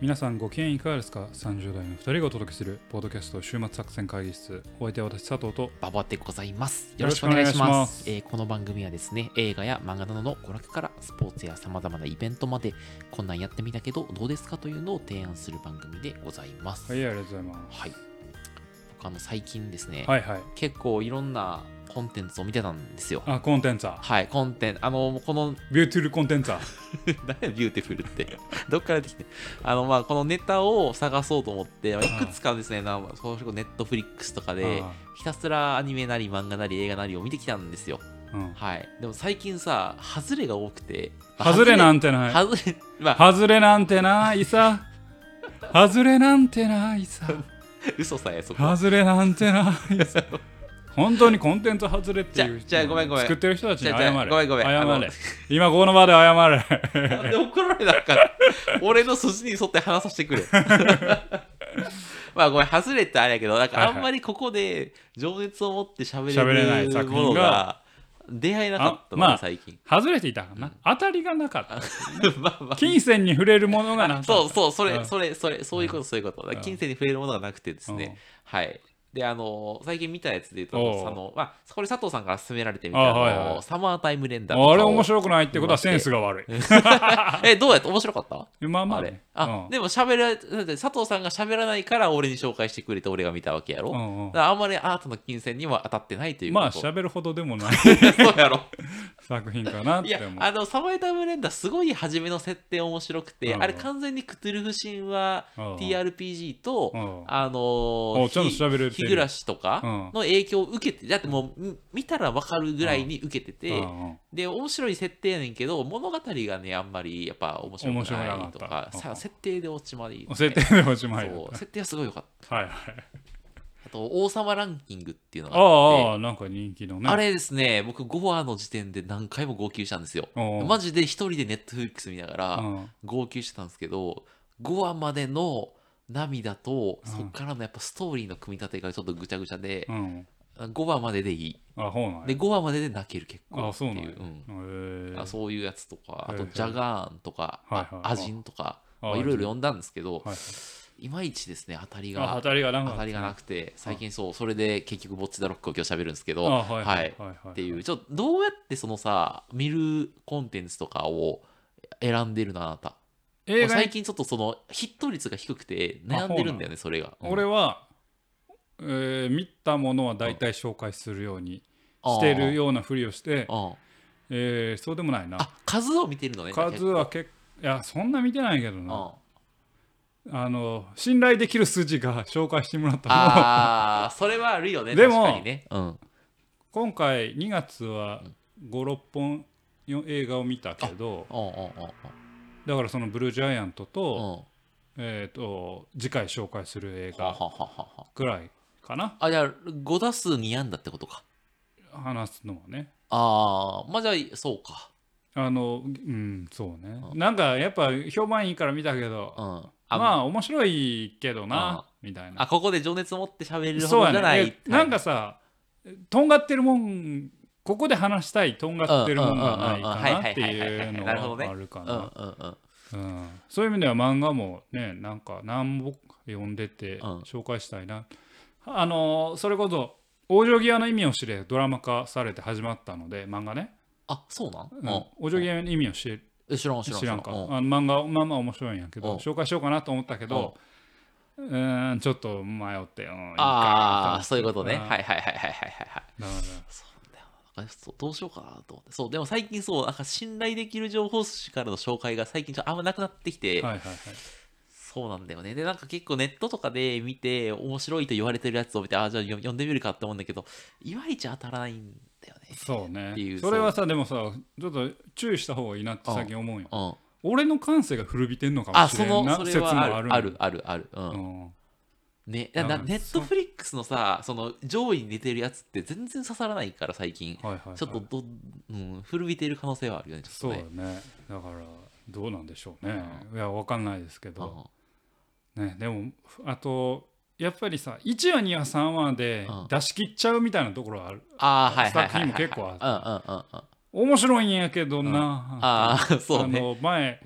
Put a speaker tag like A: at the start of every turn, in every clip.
A: 皆さんご機嫌いかがですか ?30 代の2人がお届けするポッドキャスト週末作戦会議室お相手は私佐藤と
B: ババでございます。
A: よろ
B: よろ
A: し
B: し
A: くお
B: くお
A: 願
B: 願
A: い
B: い
A: し
B: し
A: ま
B: ますす。えーこの番組はですね、映画や漫画などの娯楽からスポーツや様々なイベントまで、こんなんやってみたけど、どうですかというのを提案する番組でございます。
A: はいありがとうございます
B: はい。僕、あの、最近ですね、
A: はいはい
B: 結構いろんなコンテンツを見てたんですよ。
A: あコンテンツァー
B: はい、コンテンツ、あの、この、
A: ビューティフルコンテンツァー
B: 誰やビューティフルって、 どっから出てきて、あの、まあ、このネタを探そうと思って、まあいくつかですね、なんかそれこそネットフリックスとかで、
A: あ
B: ひたすらアニメなり漫画なり映画なりを見てきたんですよ。
A: ーうん
B: はい。でも最近さ、外れが多くて。
A: ハズレなんんてない
B: 外れ、まあ、
A: ハズレなんてないさハズレなんてないさ
B: 嘘さえ、そこ。
A: ハズレなんてないさ本当にコンテンツハズレっていう人
B: じゃじゃあごめんごめん
A: 作ってる人たちに謝れ
B: じゃじゃごめんごめんあ
A: 謝
B: の
A: れ今この場で謝れ
B: なんで怒られなかった俺の筋に沿って話させて くれ。まあごめん、外れってあれやけど、なんか
A: はいは
B: あ
A: い
B: んまりここで情熱を持って喋
A: 喋
B: れ
A: れない
B: る
A: 作
B: も
A: 品が
B: のが出会えなかったの
A: あまあ
B: ね、最近。
A: 外れていたかな当たりがなかった
B: まあまあ。
A: 金銭に触れるものがなかった
B: そうそう、そ
A: うん
B: れ、それ、それ、そういうこと、そういうこと。だから金銭に触れるものがなくてです
A: うん
B: ね。はい。で、あの、最近見たやつで言う
A: おう
B: と、あの、まあ、これ佐藤さんから勧められてみた、
A: あ
B: あ
A: はいはい
B: のサマータイムレンダーとかを
A: あれ面白くないってことはセンスが悪い。
B: え、どうやった面白かった
A: まあまあ
B: あ
A: ね
B: れ。。あ、でも喋ら、だって佐藤さんが喋らないから俺に紹介してくれて俺が見たわけやろ。
A: う
B: だか
A: んうんうん
B: らあんまりアートの金銭には当たってないということ。
A: まあ 喋るほどでもない
B: そうやろ。
A: 作品かなっ
B: い
A: て
B: や
A: 思う。、
B: あの、サマータイムレンダーすごい初めの設定面白くて、
A: うん
B: あれ完全にクトゥルフ神話
A: うん
B: TRPG と、
A: うん
B: あの
A: お
B: ー、
A: ちゃんと調べれてる
B: 日暮らしとか
A: うん
B: の影響を受けて、だってもうみ見たらわかるぐらいに受けてて、
A: うんうん
B: で、面白い設定やねんけど、物語がね、あんまりやっぱ面白くないと
A: 面白くなか
B: か
A: っ、たうん
B: さ設定で落ちまでいい、
A: お設定でおしまいだっ
B: そう、設定はすごいよかった。
A: た。はいはい。
B: あと、王様ランキングっていうのがあって、
A: ああ、なんか人気のね。
B: あれですね、僕5話の時点で何回も号泣したんですよ。
A: おう
B: マジで一人でネットフリックス見ながら、
A: うん
B: 号泣してたんですけど5話までの涙と
A: うん
B: そっからのやっぱストーリーの組み立てがちょっとぐちゃぐちゃで
A: う、ん。
B: 5話まででいい
A: あ、ほうなんや
B: で5話までで泣ける結構
A: あ、
B: って
A: そう
B: い
A: なんや
B: う
A: へえ
B: うんあそういうやつとかあ
A: へ
B: と
A: え
B: ジャガーンとか、
A: はいはいはい
B: アジンとか
A: あ
B: まあ
A: アジ
B: い
A: ン
B: ろいろ読んだんですけど、
A: はい
B: い、まいちですね当たり
A: あ
B: が
A: 当たりがなんか
B: 当たりがなくて最近そうそれで結局ぼっちだロックを今日喋るんですけ
A: あ
B: ど
A: はいはいはいは
B: っていうちょっとどうやってそのさ見るコンテンツとかを選んでるのあなた
A: 映画
B: 最
A: に
B: 近ちょっとそのヒット率が低くて悩んでるんだよねそれが、
A: 俺
B: は
A: はえー見たものは大体紹介するようにしてるようなふりをして
B: あー
A: えーそうでもないな
B: あ数を見てるのね
A: 数は結構いやそんな見てないけどな
B: あ
A: あの信頼できる数字が 紹介してもらったのを
B: あーそれはあるよね
A: でも
B: 確かにね、うん、
A: 今回2月は56本よ映画を見たけど
B: おんおんおんおん
A: だからそのブルージャイアント
B: うん
A: と,、
B: は
A: えー、と次回紹介する映
B: はは
A: 画
B: はは
A: くらいかな
B: あじゃあ5打数2安打ってことか
A: 話すのはね
B: ああまあじゃあそうか
A: あのうんそうね
B: う
A: なんかやっぱ評判いいから見たけど
B: うんあ
A: まあ面白いけどなみたいな
B: あここで情熱を持って喋れるほ
A: そう
B: ど
A: や
B: じゃ
A: ね
B: ない、
A: えなんかさとんがってるもんここで話したいとんがってるもんがないかなっていうの
B: うんうんうんうんはいはいはいはいはいなるほどね
A: はあるか
B: うんうん
A: な、
B: うん
A: うん、そういう意味では漫画もねなんか何本か読んでて
B: うん
A: 紹介したいな、あのーそれこそ「往生際の意味を知れ」ドラマ化されて始まったので漫画ね
B: あそうなん、
A: 「
B: う
A: うん
B: ん、
A: 往生際の意味を知れ」
B: え知らん知らん
A: 知らんか、
B: うん
A: あの漫画まあまあ面白いんやけど、
B: うん
A: 紹介しようかなと思ったけど、うーんちょっと迷って、うんいいか
B: ああそういうことねはい
A: だか
B: はいはいはいはいはいはい
A: ら
B: そうだよななんかそうどうしようかなと思ってそうでも最近そうなんか信頼できる情報誌からの紹介が最近ちょっとあんまなくなってきて、
A: はいはいはい
B: そうなんだよねでなんか結構ネットとかで見て面白いと言われてるやつを見てああじゃあ読読んでみるかって思うんだけどいまいち当たらないんだよね
A: そうね
B: っていう
A: それはさでもさちょっと注意した方がいいなって最近思うよ、
B: うん、
A: 俺の感性が古びてんのかも
B: あ
A: しれ
B: そ
A: ん
B: の
A: な
B: それ
A: 説も
B: は
A: あ
B: あ
A: る
B: るあるあるあるう
A: うんん
B: ねなな
A: うん
B: ネットフリックスのさその上位に出てるやつって全然刺さらないから最近
A: はいはいはい
B: ちょっとど、うん、古びてる可能性はあるよねちょっと
A: そう
B: ね
A: だねだからどうなんでしょうね、いやわかんないですけ
B: うん
A: ど、ね、でもあとやっぱりさ1話2話3話で
B: うん
A: 出し切っちゃうみたいなところはある、
B: ああ、はいはいはいはい。
A: 作品も結構
B: うんうんうんうん。
A: 面白いんやけどな、
B: ああ、そう
A: あ
B: ね。
A: の前、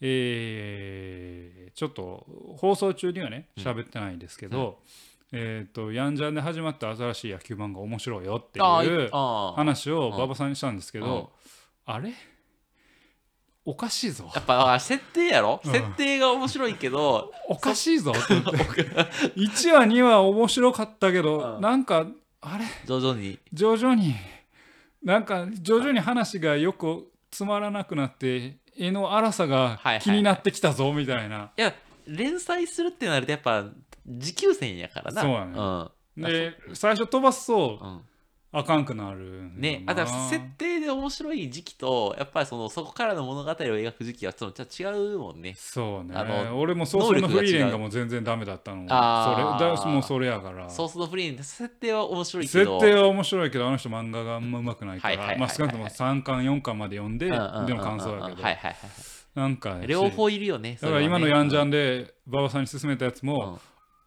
A: えーっちょっと放送中にはね喋ってないですけど、えっ、とヤンジャンで始まった新しい野球漫画面白いよって
B: ああ
A: いう
B: ああ
A: 話を
B: うん
A: 馬場さんにしたんですけど、あれおかしい ぞ
B: やっぱあ設定やろ、
A: うん
B: 設定が面白いけど
A: おかしいぞって言って1話2話面白かったけど、
B: うん
A: なんかあれ
B: 徐々に
A: 徐々になんか徐々に話がよくつまらなくなって絵の荒さが
B: はいはい
A: 気になってきたぞみたいな、
B: いや連載するってなるとやっぱ持久戦やからな
A: そうやねで最初飛ばすと
B: うん、うん
A: あかんくなるんよ、
B: ね
A: な
B: あとは設定で面白い時期とやっぱりそのそこからの物語を描く時期はちょっとちょっと違うもんね
A: そうね
B: あの
A: 俺も早々の
B: 能
A: フ
B: 力が違う
A: リーレンがもう全然ダメだったの
B: あー
A: それだもうそれやから
B: ソースのフリーに設定は面白いけ
A: 設
B: ど
A: 定は面白いけどあの人漫画があんまうまくないか
B: はいはいは
A: ら
B: いはい
A: まあ少なくとも3巻4巻まで読んでで
B: うんうんうんうん
A: の感想
B: は
A: や
B: い
A: けど
B: はいはい
A: なんか
B: 両方いるよね
A: だから今のヤンジャ
B: ン
A: ンで馬場さんに勧めたやつも、
B: うん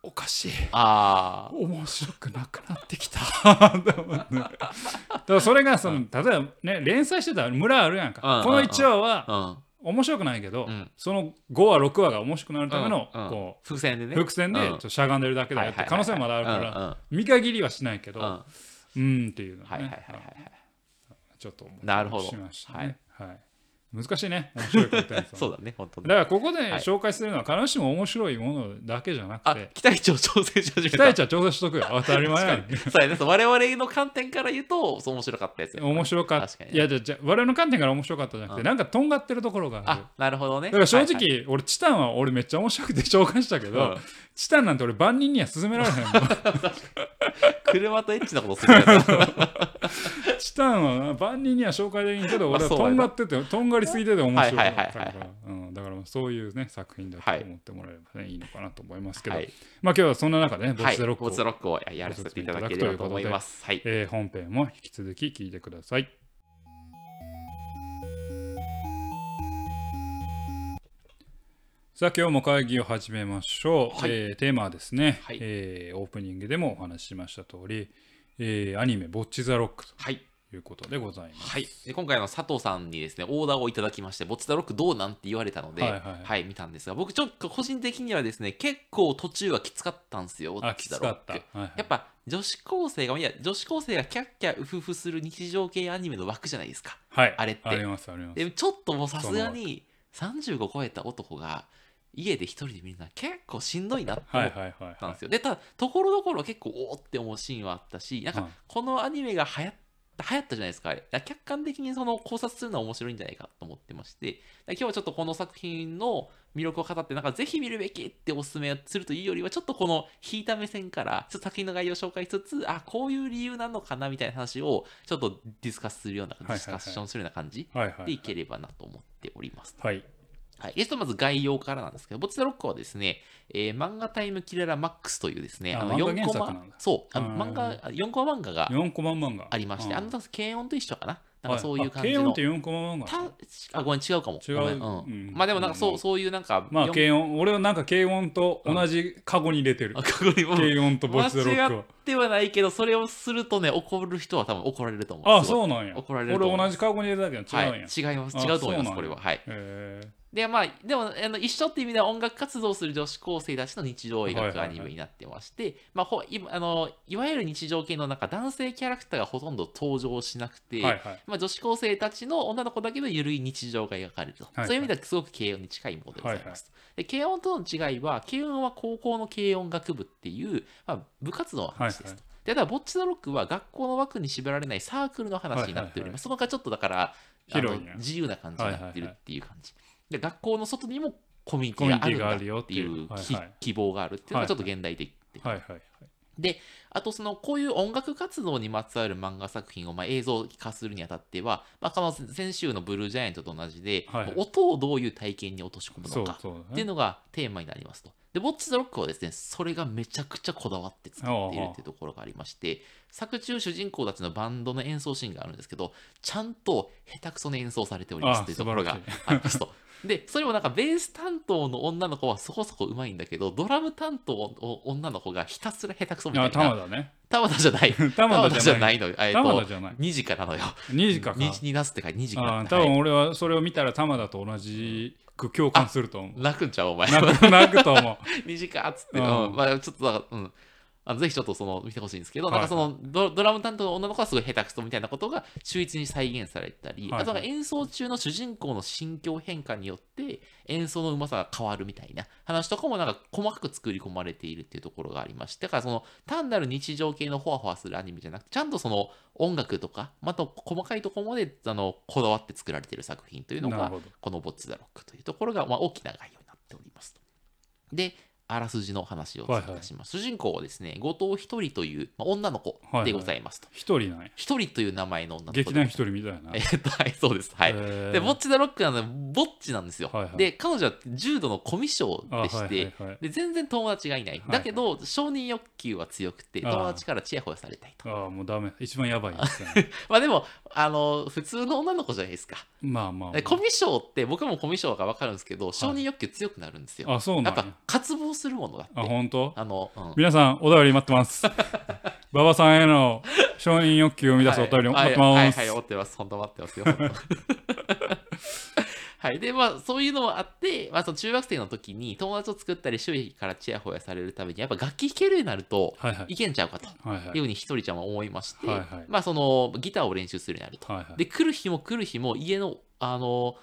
A: おかしい
B: あ
A: 面白くなくなってきた だからそれがその、例えばね連載してたら村あるやんか、
B: うん
A: この1話は
B: あ
A: 面白くないけど、
B: うん
A: その5話6話が面白くなるための、
B: うんうん
A: こ
B: 伏線で
A: う
B: ね
A: 伏線でちょっとしゃがんでるだけだよって可能性もまだあるから、
B: ら
A: 見限りはしないけど、
B: う
A: うんん
B: は、
A: っていうの
B: いはい
A: はね、
B: はいはい
A: ちょっと思ったり
B: なるほど
A: しましたね、はい難しいね面白いコンテンツは
B: そうだね本当
A: だからここで
B: はい
A: 紹介するのは必ずしも面白いものだけじゃなく
B: あ
A: て、
B: 期待値を調整し始め
A: 期
B: た
A: 待値は調整しとくよ。当たり前やん
B: そうやねそう我々の観点から言うとそう面白かったですよ
A: 面白かっ
B: 確
A: た。
B: かに
A: いや、じゃあじゃあ我々の観点から面白かったじゃなくて、
B: うん
A: なんかとんがってるところがある。
B: あなるほどね
A: だから正直、
B: はいはい
A: 俺、チタンは俺めっちゃ面白くて紹介したけど、
B: うん
A: チタンなんて俺万人には勧められへんもん。
B: 車とエッチなことするやつ
A: チタンは万人には紹介できんけど、
B: まあ
A: 俺は
B: そうや
A: と
B: なん
A: がってて、とんがりすぎてて面白かったか
B: はいはいはいは
A: ら、うんだからそういうね、作品だと思ってもらえればね、いいのかなと思いますけど、
B: はい
A: まあ今日はそんな中でね、ボ
B: は
A: ッ
B: い
A: ツロック
B: ボ
A: を
B: ツロックをやらせていただければと思いますはい
A: えー本編も引き続き聞いてください。さあ今日も会議を始めましょう。
B: はい
A: えーテーマはですね、
B: はい
A: えーオープニングでもお話ししました通り、えーアニメ「ボッチ・ザ・ロック」
B: はい
A: ということでございます。
B: はい、で今回の佐藤さんにですねオーダーをいただきまして「ボッチザロックどうなん?」て言われたので、
A: は
B: はいい
A: はい
B: 見たんですが僕ちょっと個人的にはですね結構途中はきつかったんですよ
A: あ
B: ボ
A: き
B: ッチザ
A: つ
B: ロ
A: か
B: ッ
A: っ
B: ク
A: た。はいはい
B: やっぱ女子高生がいや女子高生がキャッキャウフフする日常系アニメの枠じゃないですか
A: はい、
B: あれって
A: ありますあります。
B: でちょっともうさすがに35超えた男が家で一人で見るのは結構しんどいなって思
A: は
B: っ
A: いはいはい、
B: たん
A: は
B: ですよ。でただところどころ結構おおって思うシーンはあったしなん
A: はい
B: かこのアニメが流行った流行ったじゃないですかあれだから客観的にその考察するのは面白いんじゃないかと思ってましてだから今日はちょっとこの作品の魅力を語ってなんかぜひ見るべきっておすすめするというよりはちょっとこの引いた目線からちょっと作品の概要を紹介しつつあこういう理由なのかなみたいな話をちょっとディスカスするようなデ
A: いはいはい
B: ィスカッションするような感じ
A: いはいは
B: でい
A: い。
B: ければなと思っております。
A: はい、
B: はい、えっとまず概要からなんですけど、ボッチザロックはですね、えー漫画タイムキララマックスというですね、
A: あ
B: あ
A: 漫
B: の
A: 画
B: 4コ
A: 原作な
B: マ
A: んだ、
B: そう、あ
A: う
B: の
A: ん
B: 漫画、あ4コマ漫画が
A: 4コマ漫画。
B: ありまして、
A: うん
B: あの、軽音と一緒かな、なんかそういう感じ
A: は
B: の。
A: いあ軽音って4コマ漫画
B: たあ、ごめん、違うかも。
A: 違う
B: ごめん
A: うん
B: ん、まあでもなんかそう,、
A: うん
B: そういうなんか、
A: まあ
B: 四
A: 軽音俺はなんか軽音と同じカゴに入れてる、
B: あかっこいいうん
A: 軽音とボイス・ザ・ロック
B: 間違
A: は
B: ってはないけど、それをするとね、怒る人は多分怒られると思う。
A: ああ
B: すごい
A: そうなんや
B: 怒られ
A: 俺
B: ると思う
A: 同じカゴに入れたけど違うんや、へ
B: はい、違います。
A: あ
B: 違うと思いま
A: そうなんや
B: す、これは。はい。
A: え
B: でまあ、でもあの一緒っていう意味では音楽活動をする女子高生たちの日常を
A: はい
B: 描
A: はい
B: く
A: は
B: ア
A: い
B: ニメになってまして、まあほ今あのいわゆる日常系の中男性キャラクターがほとんど登場しなくて、
A: はいはい
B: まあ、女子高生たちの女の子だけの緩い日常が描かれると、
A: はい
B: そういう意味ではすごく軽音に近いものでございます。で軽音との違いは軽音は高校の軽音楽部っていう、まあ、部活動の
A: はいはい
B: 話ですと。でただボッチザロックは学校の枠に縛られないサークルの話になってお
A: はいはい
B: りま
A: はい
B: す、そのかちょっとだからあの
A: 広いね
B: 自由な感じになってるっていう感じ、で学校の外にもコミュニティがあるんだっ
A: コミ
B: て
A: ュ
B: い
A: ニティがあるよ
B: う
A: っていう
B: き
A: はいはい
B: 希望があるっていうのがちょっと現代的って
A: はいはい
B: であとそのこういう音楽活動にまつわる漫画作品をまあ映像化するにあたっては、まあ、この先週の「ブルージャイアント」と同じで、
A: はいはい
B: 音をどういう体験に落とし込む
A: そ
B: の
A: う
B: か
A: そう
B: っ
A: だ
B: ていう
A: ね
B: のがテーマになりますと。で、ボッチ・ザ・ロックはですね、それがめちゃくちゃこだわって作っているっていうところがありまして、作中主人公たちのバンドの演奏シーンがあるんですけど、ちゃんと下手くそに演奏されております
A: あ
B: っていうところがありますと。で、それもなんかベース担当の女の子はそこそこうまいんだけど、ドラム担当の女の子がひたすら下手くそみた
A: あ
B: いな
A: 玉田ね
B: 玉田じゃない。
A: 玉
B: 玉
A: 田
B: 田
A: じ
B: じ
A: ゃ
B: ゃ
A: な
B: ないいのよ。えっ
A: 玉田
B: と、
A: じゃない
B: 2時からなのよ。
A: 2時かか
B: 2時に出すってか2時から。
A: あ
B: は
A: あ
B: い
A: 多分俺はそれを見たら玉田と同じく共感すると思う
B: 泣くんちゃうお前。
A: 泣く泣くと思う
B: 2時 かっつって、
A: う
B: うんんまあ、ちょっとだから、うん、あのぜひちょっとその見てほしいんですけど、
A: はい
B: なんかそのドドラム担当の女の子はすごい下手くそみたいなことが秀逸に再現されたり、
A: はいはい
B: あとなんか演奏中の主人公の心境変化によって演奏のうまさが変わるみたいな話とかもなんか細かく作り込まれているっていうところがありましてだからその単なる日常系のホワホワするアニメじゃなくてちゃんとその音楽とかまた細かいところまであのこだわって作られている作品というの
A: なる
B: が
A: ほど
B: このボッツ・ザ・ロックというところが、まあ、大きな概要になっておりますと。で、あらすじの話をいたします。主人公はですね、後藤一人という、まあ、女の子でございますと。
A: 一人なんや
B: 一、人という名前の女の子で。
A: 劇団一人みたいな
B: えっと、 はい、そうです。はい。
A: えー
B: で、ボッチ・ザ・ロックなので、ボッチなんですよ。
A: はいはい
B: で、彼女は重度のコミュ障でして、
A: あはいはいはい
B: で全然友達がいない。
A: い
B: だけど、承認欲求は強くて、
A: あー
B: 友達からチヤホヤされたいと。
A: ああもうダメ一番やばいやつやね
B: まあでも、あの、普通の女の子じゃないですか。
A: まあまあまあ
B: えコミュ障って僕もコミュ障が分かるんですけど承認欲求強くなるんですよ、
A: あそう
B: や
A: な
B: っ
A: んや
B: ぱ渇望するものだ
A: あ
B: って
A: 本当
B: あの、うん
A: 皆さんお便り待ってます 馬場さんへの承認欲求を生み出すお便りを待ってま
B: はいはいはいはい、
A: す
B: 待ってます。本当待ってますよ。本当 はい。で、まあ、そういうのもあって、まあ、その中学生の時に友達を作ったり、周囲からチヤホヤされるために、やっぱ楽器弾けるようになると、
A: はいはい
B: いけんちゃうかと
A: はいはい
B: いうふうにひとりちゃんは思いまして、
A: はいはい
B: まあ、その、ギターを練習するようになると。
A: はいはい
B: で、来る日も来る日も、家の、あの、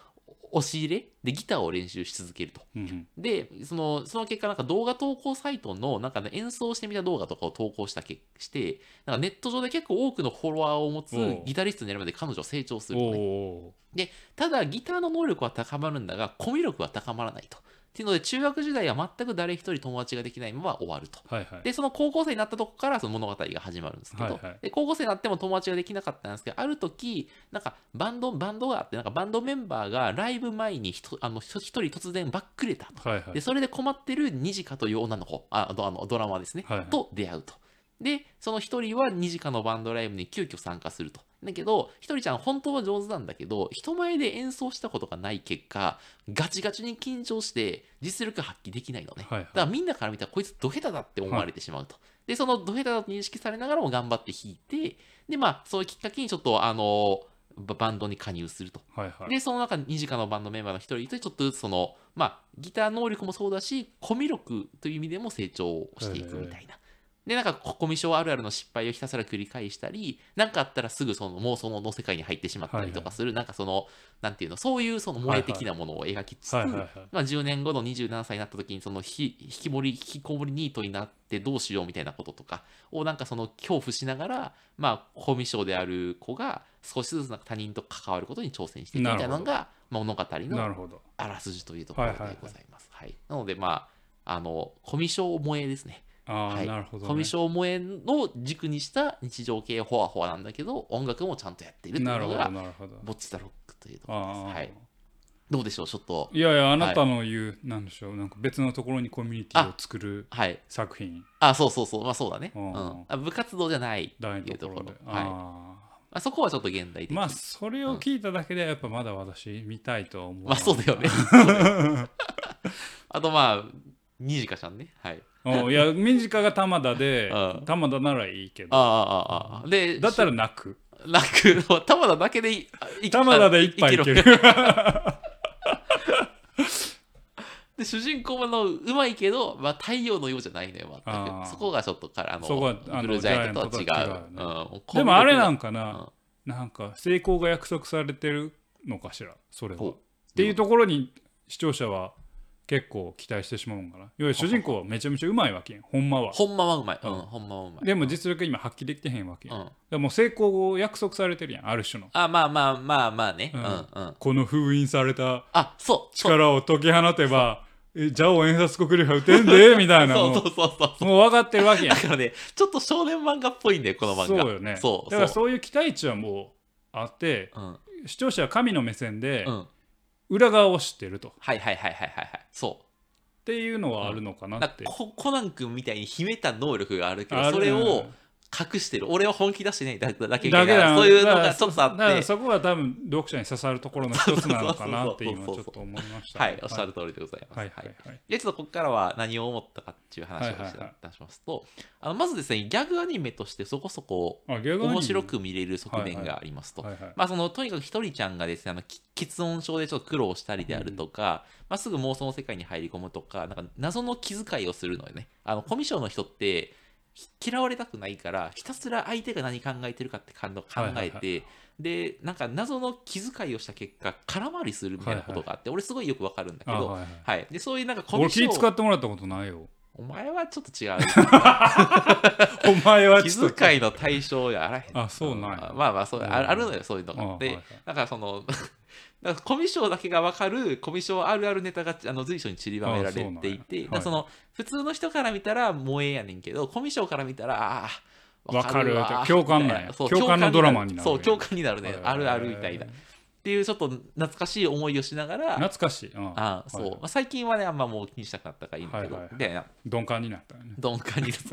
B: 押し入れでギターを練習し続けると。
A: うんうん
B: でそのその結果なんか動画投稿サイトのなんか、ね、演奏してみた動画とかを投稿したけしてなんかネット上で結構多くのフォロワーを持つ
A: おう
B: ギタリストになるまで彼女は成長するの
A: お
B: ね、
A: ー
B: ただギターの能力は高まるんだがコミュ力は高まらないとっていうので中学時代は全く誰一人友達ができないまま終わると
A: はいはい
B: でその高校生になったとこからその物語が始まるんですけど、
A: はいはい
B: で高校生になっても友達ができなかったんですけどある時なんかバンドバンドがあってなんかバンドメンバーがライブ前にひとあのひと一人突然バックれたと。
A: はいはい
B: でそれで困ってるニジカという女の子ああのあのドラマーですね、
A: はいはい
B: と出会うとでその一人はニジカのバンドライブに急遽参加するとだけどひとりちゃん本当は上手なんだけど人前で演奏したことがない結果ガチガチに緊張して実力発揮できないのね、
A: はいはい
B: だからみんなから見たらこいつドヘタだって思われてしまうと、でそのドヘタだと認識されながらも頑張って弾いてでまあそういうきっかけにちょっとあのババンドに加入すると
A: はいはい
B: でその中に2カのバンドメンバーの一人とちょっとずつそのまあギター能力もそうだしコミュ力という意味でも成長していくみたいな。でなんかココミュ障あるあるの失敗をひたすら繰り返したり何かあったらすぐその妄想の世界に入ってしまったりとかする、なんかそのなんていうのそういうその萌え的なものを描きつつ、
A: はいはいはい
B: まあ、10年後の27歳になった時にそのひ引きこもり引きこもりニートになってどうしようみたいなこととかをなんかその恐怖しながらまあコミュ障である子が少しずつなんか他人と関わることに挑戦していくみたいなのがまあ物語
A: な
B: の
A: るほど
B: あらすじというところ
A: はい
B: で
A: はいはい
B: ございます。はいなのでまああのコミュ障萌えですね。
A: あ
B: は
A: あ
B: い
A: なるほど
B: コミ
A: ね
B: ュ障萌えの軸にした日常系ホワホワなんだけど音楽もちゃんとやっているとい
A: な
B: う
A: る
B: の
A: ほど
B: が
A: なるほど
B: ボッチザロックというところです。
A: ああ
B: はい、どうでしょうちょっと
A: いやいやあなたの言うなんでしょうなんか別のところにコミュニティを作る
B: はい
A: 作品
B: あ、そうそうそう、まあそうだね。
A: う
B: うんん、あ部活動じゃない。
A: だいところで
B: いうところはい
A: ああ
B: あそこはちょっと現代的。ま
A: まあそれを聞いただけでやっぱまだ私見たいとは思う
B: あそうだよね。そうだよね あとまあ、にじかちゃんね。はい。
A: うんいや短が玉田で
B: うん
A: 玉田ならいいけ
B: あ
A: ど
B: あ、ああ、ああ。で、
A: だったら泣く
B: 楽の、玉田だけでいあい
A: 玉田で一杯いけ。る
B: で、主人公のうまいけど、まあ太陽のようじゃないのよ、
A: あ
B: 全
A: あ
B: く。そこがちょっとから、あの、
A: そこはあの
B: ブルージャイアントと
A: ジャイア
B: は違
A: ン
B: う。
A: トと
B: うん
A: でもあれなんんかななんか成功が約束されてるのかしらそれは
B: ほう
A: っていうところに視聴者は結構期待してしまうんかないわゆる主人公はめちゃめちゃうまいわけやんほんまは
B: ほんまはうまい。うん、
A: うん
B: ほんまはうまい。
A: でも実力今発揮できてへんわけや
B: うん
A: だか
B: ん。
A: らもう成功を約束されてるやんある種の
B: あ、まあまあまあまあね。
A: う
B: うんん、うん。
A: この封印された
B: あ、そう。そう
A: 力を解き放てばえジャオ演察国領は打てん でみたいな
B: そ
A: も
B: う
A: う
B: そうそうそう。
A: もう分かってるわけやん
B: だからね、ちょっと少年漫画っぽいんだよ、この漫画。
A: そうよね
B: そう、
A: だから
B: そう。
A: そういう期待値はもうあって
B: うん。
A: 視聴者は神の目線で
B: うん。
A: 裏側を知ってるとっ
B: はいはいはいはいはいはい。そ
A: ていうのはあるのか
B: う。
A: な
B: な
A: っ
B: んか
A: て、
B: ココナン君みたいに秘めた能力があるけ
A: あ
B: ど、
A: る
B: それを隠してる俺は本気出してないだだけ
A: だけだな
B: そういうの
A: だか
B: が
A: ら
B: ちょっとあ
A: だ
B: っ
A: から
B: て
A: そこが多分読者に刺さるところの一つなのかなって今ちょっと思いました。
B: はいおっしゃる通りでございます、
A: はいはいはい。
B: でちょっとここからは何を思ったかっていう話を
A: は
B: し,、
A: いはいはい
B: 出しますとあのまずですねギャグアニメとしてそこそこ
A: あ、逆に
B: 面白く見れる側面がありますと、
A: はいはい。
B: まあそのとにかくひとりちゃんがですねあのき喫音症でちょっと苦労したりであるとか、まあ、すぐ妄想の世界に入り込むとかなんか謎の気遣いをするのよねあのコミュ障の人ってひ嫌われたくないからひたすら相手が何考えてるかって感動考
A: はいはいは
B: え
A: い
B: て、でなんか謎の気遣いをした結果空回りするみたいなことがあって、俺すごいよくわかるんだけ
A: あ
B: ど、
A: はいはい
B: はい、でそういうなんかコミュ
A: 俺気
B: 障
A: 使ってもらったことないよ。
B: お前はちょっと 違う
A: お前はちょっ
B: 気
A: と。
B: 遣いの対象やあらへん
A: あ、そうなんや。
B: まあまあそう
A: うん
B: ああるのよそういうの
A: うん
B: が
A: はい
B: で
A: はい
B: なんかその なんかコミュ障だけが分かるコミュ障あるあるネタがあの随所に散りばめられていて
A: あそうなんやはい
B: だからその普通の人から見たら萌えやねんけどコミュ障から見たらああ
A: わかる共感なんや共感のドラマになる
B: そう共感になるね
A: はいはい
B: あるあるみたいなっていうちょっと懐かしい思いをしながら
A: 懐かしい。うん
B: あそう、
A: はい
B: まあ最近はねあんまもう気にしたくなったからいいんだけど、
A: はいはいはい
B: みたいな
A: 鈍感になったよね。
B: 鈍感にです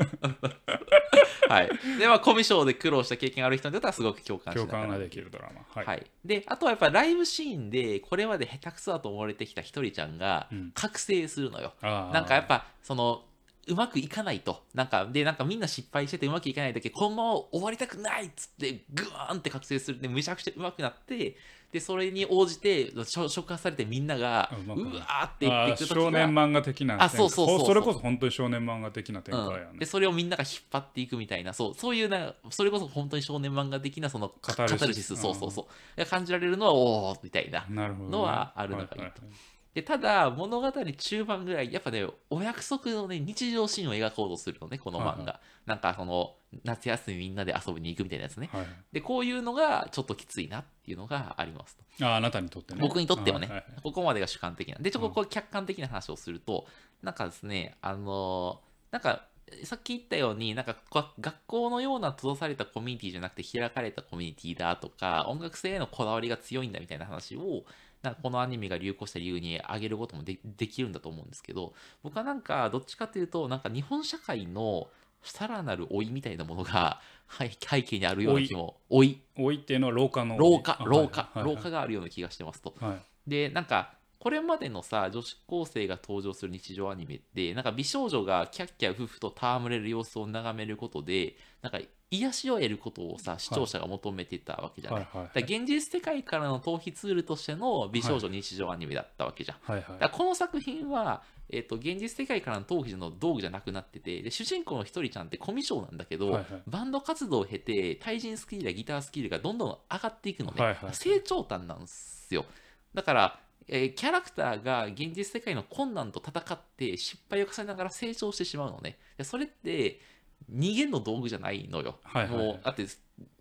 B: はいでまあコミュ障で苦労した経験ある人にとってはすごく共感しな
A: 共
B: がら
A: 感ができるドラマ。はい。
B: はい、であとはやっぱライブシーンでこれまで下手くそだと思われてきたひとりちゃんが
A: うん
B: 覚醒するのよ、
A: あー
B: なんかやっぱそのうまくいかないとなんかでなんかみんな失敗しててうまくいかないだけこのまま終わりたくないっつってグワーンって覚醒するでむちゃくちゃうまくなってでそれに応じてしょ触発されてみんなが
A: あう
B: う
A: ま
B: わ
A: くなる
B: ーって
A: あ
B: 言
A: ー
B: ってい
A: 少
B: く時
A: 年
B: が
A: 漫画的な
B: あそうそうそうそ
A: 展開
B: う
A: それこそ本当に少年漫画的な展開や
B: うん、
A: ね
B: で。それをみんなが引っ張っていくみたいなそうそういうなそれこそ本当に少年漫画的なそのカ
A: カタルシス
B: タルシスそうそうそうが感じられるのはおおみたいな
A: なるほどね。
B: のはあるのがいいと
A: はいはい
B: でただ物語中盤ぐらいやっぱねお約束のね日常シーンを描こうとするのねこの漫画、
A: はいは
B: なんかその夏休みみんなで遊びに行くみたいなやつね
A: はい
B: でこういうのがちょっときついなっていうのがありますと
A: あーあなたにとってね。
B: 僕にとってはね
A: いい
B: ここまでが主観的なでちょっとここ客観的な話をすると、なんかですねあのーなんかさっき言ったようになんかこ学校のような閉ざされたコミュニティじゃなくて開かれたコミュニティだとか音楽性へのこだわりが強いんだみたいな話をなんかこのアニメが流行した理由に挙げることもでできるんだと思うんですけど僕はなんかどっちかというとなんか日本社会のさらなる老いみたいなものがはい背景にあるような気も老い
A: 老いっていうのは老化の老い
B: 老化
A: あ
B: 老化
A: はいはい
B: 老化があるような気がしてますと
A: はいはい
B: でなんかこれまでのさ女子高生が登場する日常アニメってなんか美少女がキャッキャ夫婦と戯れる様子を眺めることでなんか癒しを得ることをさ視聴者が求めてたわけじゃない、
A: はいはい
B: だから現実世界からの逃避ツールとしての美少女日常アニメだったわけじゃん、
A: はいはい
B: だからこの作品は、えっと現実世界からの逃避の道具じゃなくなっててで主人公のひとりちゃんってコミュ障なんだけど、
A: はいはい
B: バンド活動を経て対人スキルやギタースキルがどんどん上がっていくのね、
A: はいはい
B: 成長端なんですよだから、えーキャラクターが現実世界の困難と戦って失敗を重ねながら成長してしまうのねでそれって二元の道具じゃないのよ、
A: はいはいはい
B: もうだって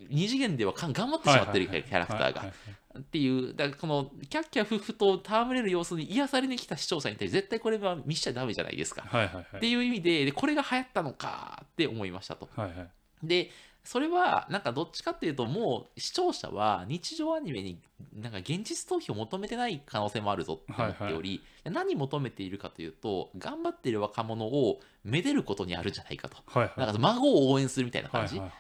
B: 二次元ではかん頑張ってしまってるから、キャラクターが、
A: はいはい
B: っていう、だからこのキャッキャ夫婦と戯れる様子に癒されに来た視聴者に対して絶対これは見しちゃダメじゃないですか。
A: はいはいは
B: っ
A: い
B: ていう意味ででこれが流行ったのかって思いましたと。
A: はいはい
B: でそれはなんかどっちかっていうともう視聴者は日常アニメになんか現実逃避を求めてない可能性もあるぞって思っており、何求めているかというと頑張っている若者をめでることにあるんじゃないかと。
A: はいはい
B: なんか孫を応援するみたいな
A: はいは
B: 感
A: い
B: じ
A: は、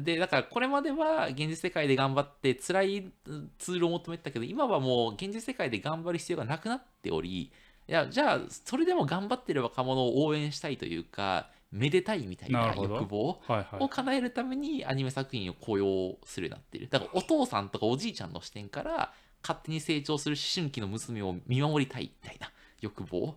B: でだからこれまでは現実世界で頑張って辛いうんツールを求めてたけど今はもう現実世界で頑張る必要がなくなっておりいやじゃあそれでも頑張ってる若者を応援したいというかめでたいみたい
A: な
B: な
A: るほど
B: 欲望
A: いはいは
B: を
A: い
B: 叶えるためにアニメ作品を雇用するようになっているだからお父さんとかおじいちゃんの視点から勝手に成長する思春期の娘を見守りたいみたいな欲望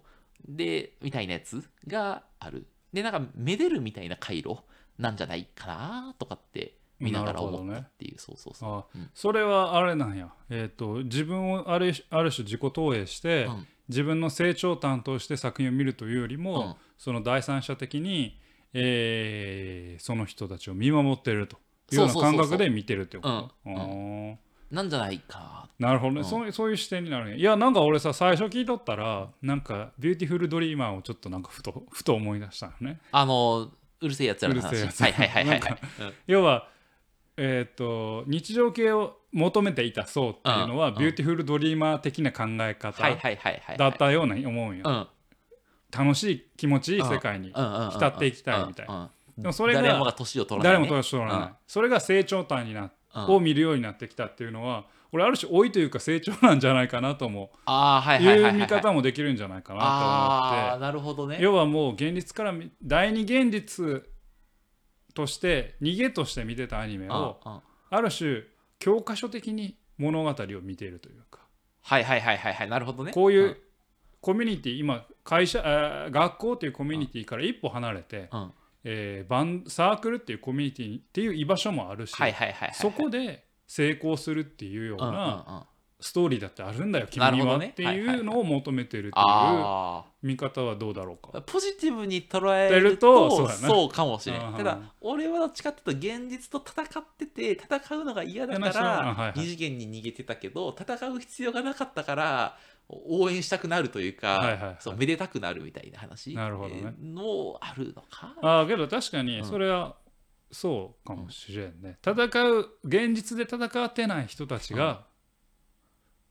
B: でみたいなやつがあるでなんかめでるみたいな回路なんじゃないかなとかって見ながら思ったっていう、そうそうそう
A: あ
B: うん
A: それはあれなんやえっと自分をあるある種自己投影して
B: うん
A: 自分の成長を担当して作品を見るというより
B: うん
A: もその第三者的にえーその人たちを見守っているというような
B: そうそうそう
A: 感
B: そう
A: 覚で見てるってこと
B: うん
A: あー
B: なんじゃないか
A: なるほどね、
B: うん
A: そうそういう視点になるねいやなんか俺さ最初聞いとったらなんか「ビューティフルドリーマー」をちょっとなんかふとふと思い出したのね
B: あのうるせえやつらの
A: うる
B: 話
A: せえやつ
B: はいはいはいはいはい、うん
A: 要はえーっと日常系を求めていた層っていうのは、
B: うん
A: ビューティフルドリーマー的な考え方
B: はいはいはいはい
A: だったように思うんよ、
B: うん
A: 楽しい気持ちいい世界に
B: うんうんうんうん
A: 浸っていきたいみたいな
B: うんうん
A: でもそれが
B: 誰もが年を取らな
A: 誰
B: い、
A: も取
B: ね、
A: ら取らない、
B: うん
A: それが成長体にな
B: うん
A: を見るようになってきたっていうのは俺ある種老いというか成長なんじゃないかなとも、
B: ああはい
A: い
B: はいはいはい、は
A: う
B: い、
A: 見方もできるんじゃないか
B: あ
A: な
B: あ
A: と思っ
B: なるほど
A: て
B: ね
A: 要はもう現実から見第二現実として逃げとして見てたアニメを
B: うんうん
A: ある種教科書的に物語を見ているというか
B: はいはいはいはいはいなるほどね
A: こういう
B: う
A: コミュニティ今会社あー学校というコミュニティから一歩離れて、
B: うん
A: えーバンサークルっていうコミュニティっていう居場所もあるし、
B: はいはいはいはい
A: そこで成功するっていうよう
B: うんうんうん
A: な
B: あ
A: ストーリーだってあるんだよ、君
B: なるほ
A: は
B: どね
A: っていうのを求めてるっていう
B: あ
A: 見方はどうだろうか。
B: ーポジティブに捉え
A: や
B: る
A: ると
B: と
A: そうだな
B: そうかもしれ
A: うん
B: ん
A: うん
B: ただ俺はどっちかっていうと現実と戦ってて戦うのが嫌
A: い
B: だ
A: やまあ
B: か
A: それははいは
B: ら
A: い
B: 二次元に逃げてたけど戦う必要がなかったから応援したくなるという
A: はいはいは
B: か
A: い
B: そうめでたくなるみたいな話
A: なるほどね
B: のあるのか
A: ああけど確かに
B: うん
A: それはそうかもしれんね。戦う現実で戦ってない人たちが、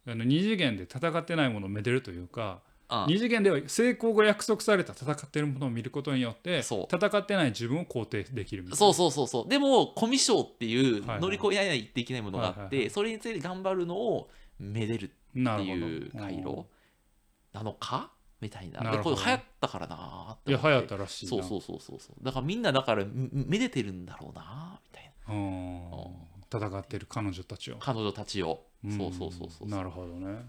A: あの二次元で戦ってないものをめでるというか、
B: うん
A: 二次元では成功が約束された戦ってるものを見ることによって戦
B: そう
A: ってない自分を肯定できるみたいな
B: そうそうそうそうでもコミュ障っていう
A: はいはい
B: 乗り越えられないといけないものがあって、
A: はいはいは
B: それについて頑張るのをめでるっ
A: な
B: て
A: るほど
B: いう回路なのかみたいな
A: な
B: で
A: る
B: こ
A: ほ
B: れ
A: ど
B: 流行ったからな
A: うんいや流行ったたらしいな
B: そうそうそうそうそうだからみんなだからめめでてるんだろうなみたいな
A: うん戦ってる彼女たちを
B: 彼女たちを、
A: ん
B: そうそうそうそうだ
A: な
B: か
A: るほどね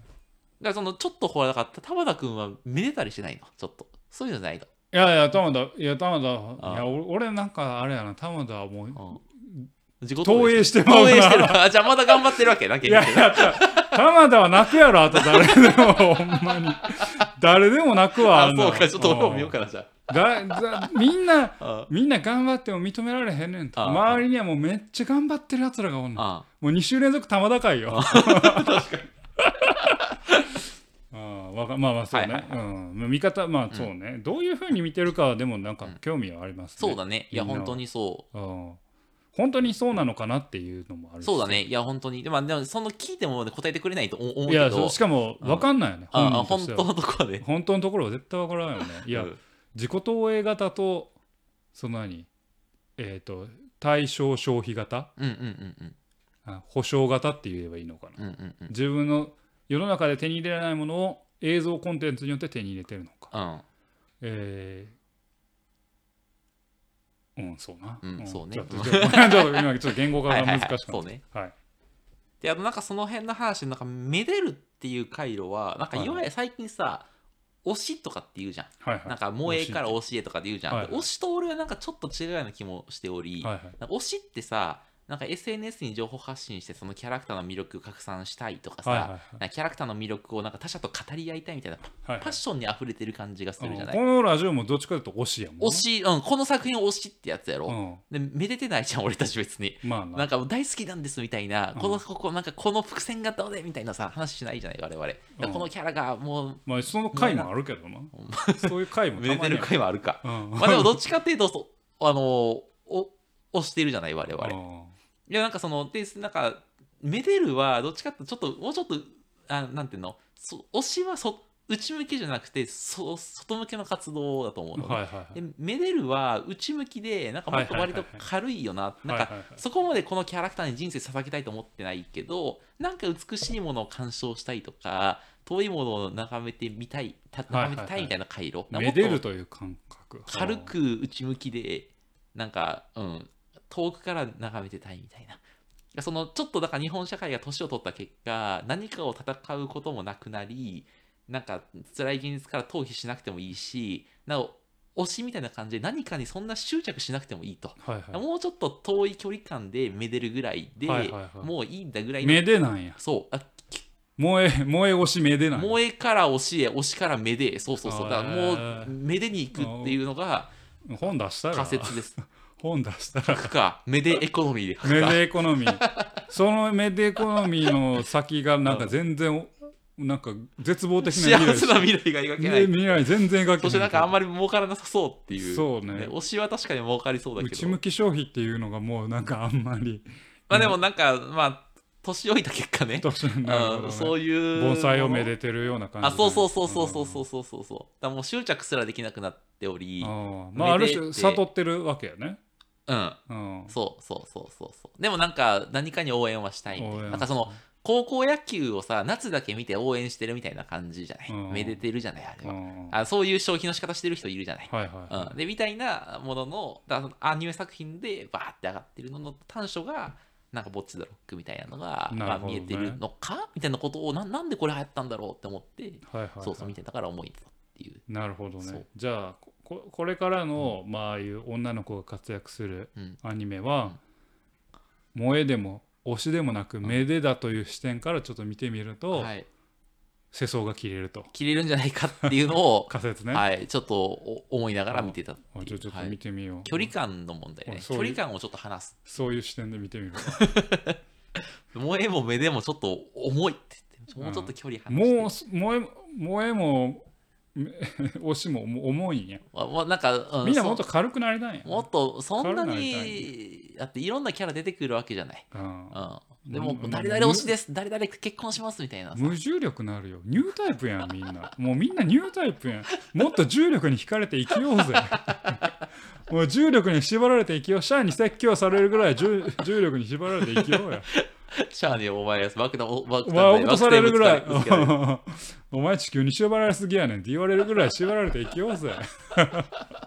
B: らそのちょっとほらだから田畑君はめでたりしないのちょっとそういうのないの
A: いやいや玉田いや玉田
B: あ
A: いやお俺なんかあれやな玉田はもう
B: うん自己
A: 投影
B: し
A: してま
B: 投
A: う
B: 影して
A: な
B: るあじゃあまだ頑張ってるわけだ
A: い
B: け
A: やいや玉田は泣くやろあと誰でもほんまに誰でも泣くわ
B: あそうかちょっと俺も見よう
A: か
B: かなじゃ
A: だだみんな
B: あうん
A: みんな頑張っても認められへんねんと
B: あ
A: 周りにはもうめっちゃ頑張ってるやつらがおんの
B: あ
A: もう2週連続玉高いよ。 確かに。あわかまあまあそうね、
B: はいは
A: うん、見方まあそうね、どういうふうに見てるかはでもなんか
B: うん
A: 興味はありますね、
B: そうだね。いや、
A: みんなは
B: 本当にそ
A: うん本当にそうなのかなっていうのもある
B: う。
A: し
B: そうだね。いや、本当に。でも、でもその聞いても答えてくれないと思思
A: い
B: うけ
A: やそう
B: ど
A: し、かも
B: うん
A: 分かんないよね、
B: ああ
A: 本人とし
B: 本
A: て
B: 当
A: は
B: のところで。
A: 本当のところは絶対分から んよねいや、
B: うん
A: 自己投影型とその何えっ、と対象消費型
B: うんうんうん
A: あ保証型って言えばいいのかな
B: うんうんうんうん
A: 自分の世の中で手に入れられないものを映像コンテンツによって手に入れてるのか。
B: うん
A: えーうん、そうな。
B: うんそうね
A: ちょっと、ちょっとちょっと今、ちょっと言語化
B: はい
A: が
B: は
A: 難
B: い
A: し
B: は
A: か
B: い
A: っ。た。
B: そうね。
A: はい。
B: で、あとなんかその辺の話、なんか、めでるっていう回路は、なんか、
A: はい
B: いわゆる最近さ、推しとかって言うじゃん。
A: はいはい。
B: なんか、萌えから推しへとかで言うじゃん。
A: はいはい
B: で推しと俺はなんかちょっと違うような気もしており、
A: はいはい。
B: なんか推しってさ、なんか SNS に情報発信してそのキャラクターの魅力を拡散したいとかさ、
A: はいはいはい
B: なんかキャラクターの魅力をなんか他者と語り合いたいみたいな
A: はい
B: パッションに溢れてる感じがするじゃ
A: は。
B: ないい
A: このラジオもどっちかというと推しやもんね。
B: 推し、うん、この作品推しってやつや
A: う
B: ろ、
A: ん。
B: でめでてないじゃん俺たち別に
A: まあ
B: な。
A: なん
B: か大好きなんですみたいな、
A: うん
B: このここなんかこの伏線がどうでみたいなさ話しないじゃない我々、
A: うん
B: このキャラがも
A: まあ、その回もあるけどな。そういう回
B: う
A: も
B: めでてる
A: ある。
B: 回はあるか
A: うん。
B: まあでもどっちかっていうとそうあのお推してるじゃない我々、
A: う
B: い
A: ん
B: やなんかそのでなんかめでるはどっちかってちょっともうちょっとあなんていうのそ推しはそ内向きじゃなくてそ外向けの活動だと思うの、
A: はいはいはい。
B: でメデルは内向きでなんかもっと割と
A: はいはいはいは
B: 軽いよなな
A: は
B: ん
A: いは
B: か
A: いはい
B: そこまでこのキャラクターに人生捧げたいと思ってないけどなんか美しいものを鑑賞したいとか遠いものを眺めてみたいた
A: はいはいはい
B: 眺めてたいみたいな回路、
A: めで
B: も
A: る
B: っと
A: という感覚。
B: 軽く内向きでなんか、うん、遠くから眺めてたいみたいな。そのちょっとだから日本社会が年を取った結果何かを戦うこともなくなりなんか辛い現実から逃避しなくてもいいしなお推しみたいな感じで何かにそんな執着しなくてもいいと、
A: はいは
B: もうちょっと遠い距離感でめでるぐらいで、
A: はいはいはい
B: もういいんだぐらい
A: い。
B: の
A: めでなんや。
B: そうあ
A: 萌え、萌え推しめでなんや。
B: 萌えから推しへ推しからめでそうそうそうだからも
A: へー
B: うめでに行くっていうのが
A: 本出したら
B: 仮説です
A: 本出したら
B: 書くか、メデエコノミーで書
A: メ
B: くか。
A: デエコノミ ーそのメデエコノミーの先がなんか全然なんか絶望的な
B: 幸せ
A: 未
B: な
A: 来
B: 未来が描けな
A: で
B: い。
A: 未来全然描け
B: そしてなんかあん
A: ま
B: まり儲からなさそうっていう。
A: そうね
B: 推しは確かに儲かりそうだけ
A: 内
B: ど
A: 向。き消費っていうのがもうなんかあんまり
B: まあでもなんか、まあ、年老いた結果ね。
A: 年になるほ
B: うん
A: ど、
B: そう
A: ね、
B: いう。
A: 盆栽をめでてるような感じ
B: あ、そうそうそうそうそうそううそうそうそう。だからもう執着すらできなくなっており。
A: あーまあある
B: めで
A: 種
B: って
A: 悟ってるわけやね
B: うん
A: うん、
B: そうそうそうそうそうでもなんか何かに応援はしたいみたい
A: 応
B: な
A: 援
B: なんかその高校野球をさ夏だけ見て応援してるみたいな感じじゃない、
A: うん
B: めでてるじゃないあれ
A: う
B: は、
A: ん、はい
B: あそういう消費の仕方してる人いるじゃない、
A: はい、
B: うん、でみたいなもののだからそのアニメ作品でバーって上がってるのの短所がなんかぼっちザロックみたいなのが
A: な
B: まあ
A: るほど
B: 見
A: ね
B: えてるのかみたいなことをななんでこれ流行ったんだろうって思って、
A: はいはいはい
B: そうそう見てたから思い出たっていう、
A: なるほど
B: そ
A: ね
B: う
A: じゃあここれからの、まあああいう女の子が活躍する
B: うん
A: アニメは、萌えでも推しでもなく、めでだという視点からちょっと見てみると、
B: はい、
A: 世相が切れると
B: 切れるんじゃないかっていうのを
A: 仮説 ね、
B: はい、ちょっとお思いながら見てたって
A: あ
B: い
A: じゃあ
B: う
A: ちょっと
B: はい
A: 見てみよう、
B: 距離感の問題ね
A: あそ
B: 距
A: うい
B: 離
A: う
B: 感をちょっと話す
A: そういう視点で見てみる
B: 萌えも目でもちょっと重いって言ってもうちょっと距離離して
A: もうす萌えも萌えもめ 推しももう重いんや
B: あもうなんか、う
A: みんなもっと
B: そ
A: 軽くなりたいんや
B: もっとそんな
A: 軽くなりた
B: にだっていろんなキャラ出てくるわけじゃない、
A: うん
B: うん、でも
A: うん
B: 誰々推しです誰々結婚しますみたいなさ
A: 無重力なるよニュータイプやんみんなもうみんなニュータイプやんもっと重力に惹かれて生きよう ぜもう重力に縛られて生きようシャアに説教されるぐらい 重重力に縛られて生きようや
B: シャアにお前は爆弾を爆
A: お前落
B: で
A: とされるぐらい
B: 爆弾ぶつかるぶつかる
A: お前地球に縛られすぎやねんって言われるぐらい縛られて生きようぜ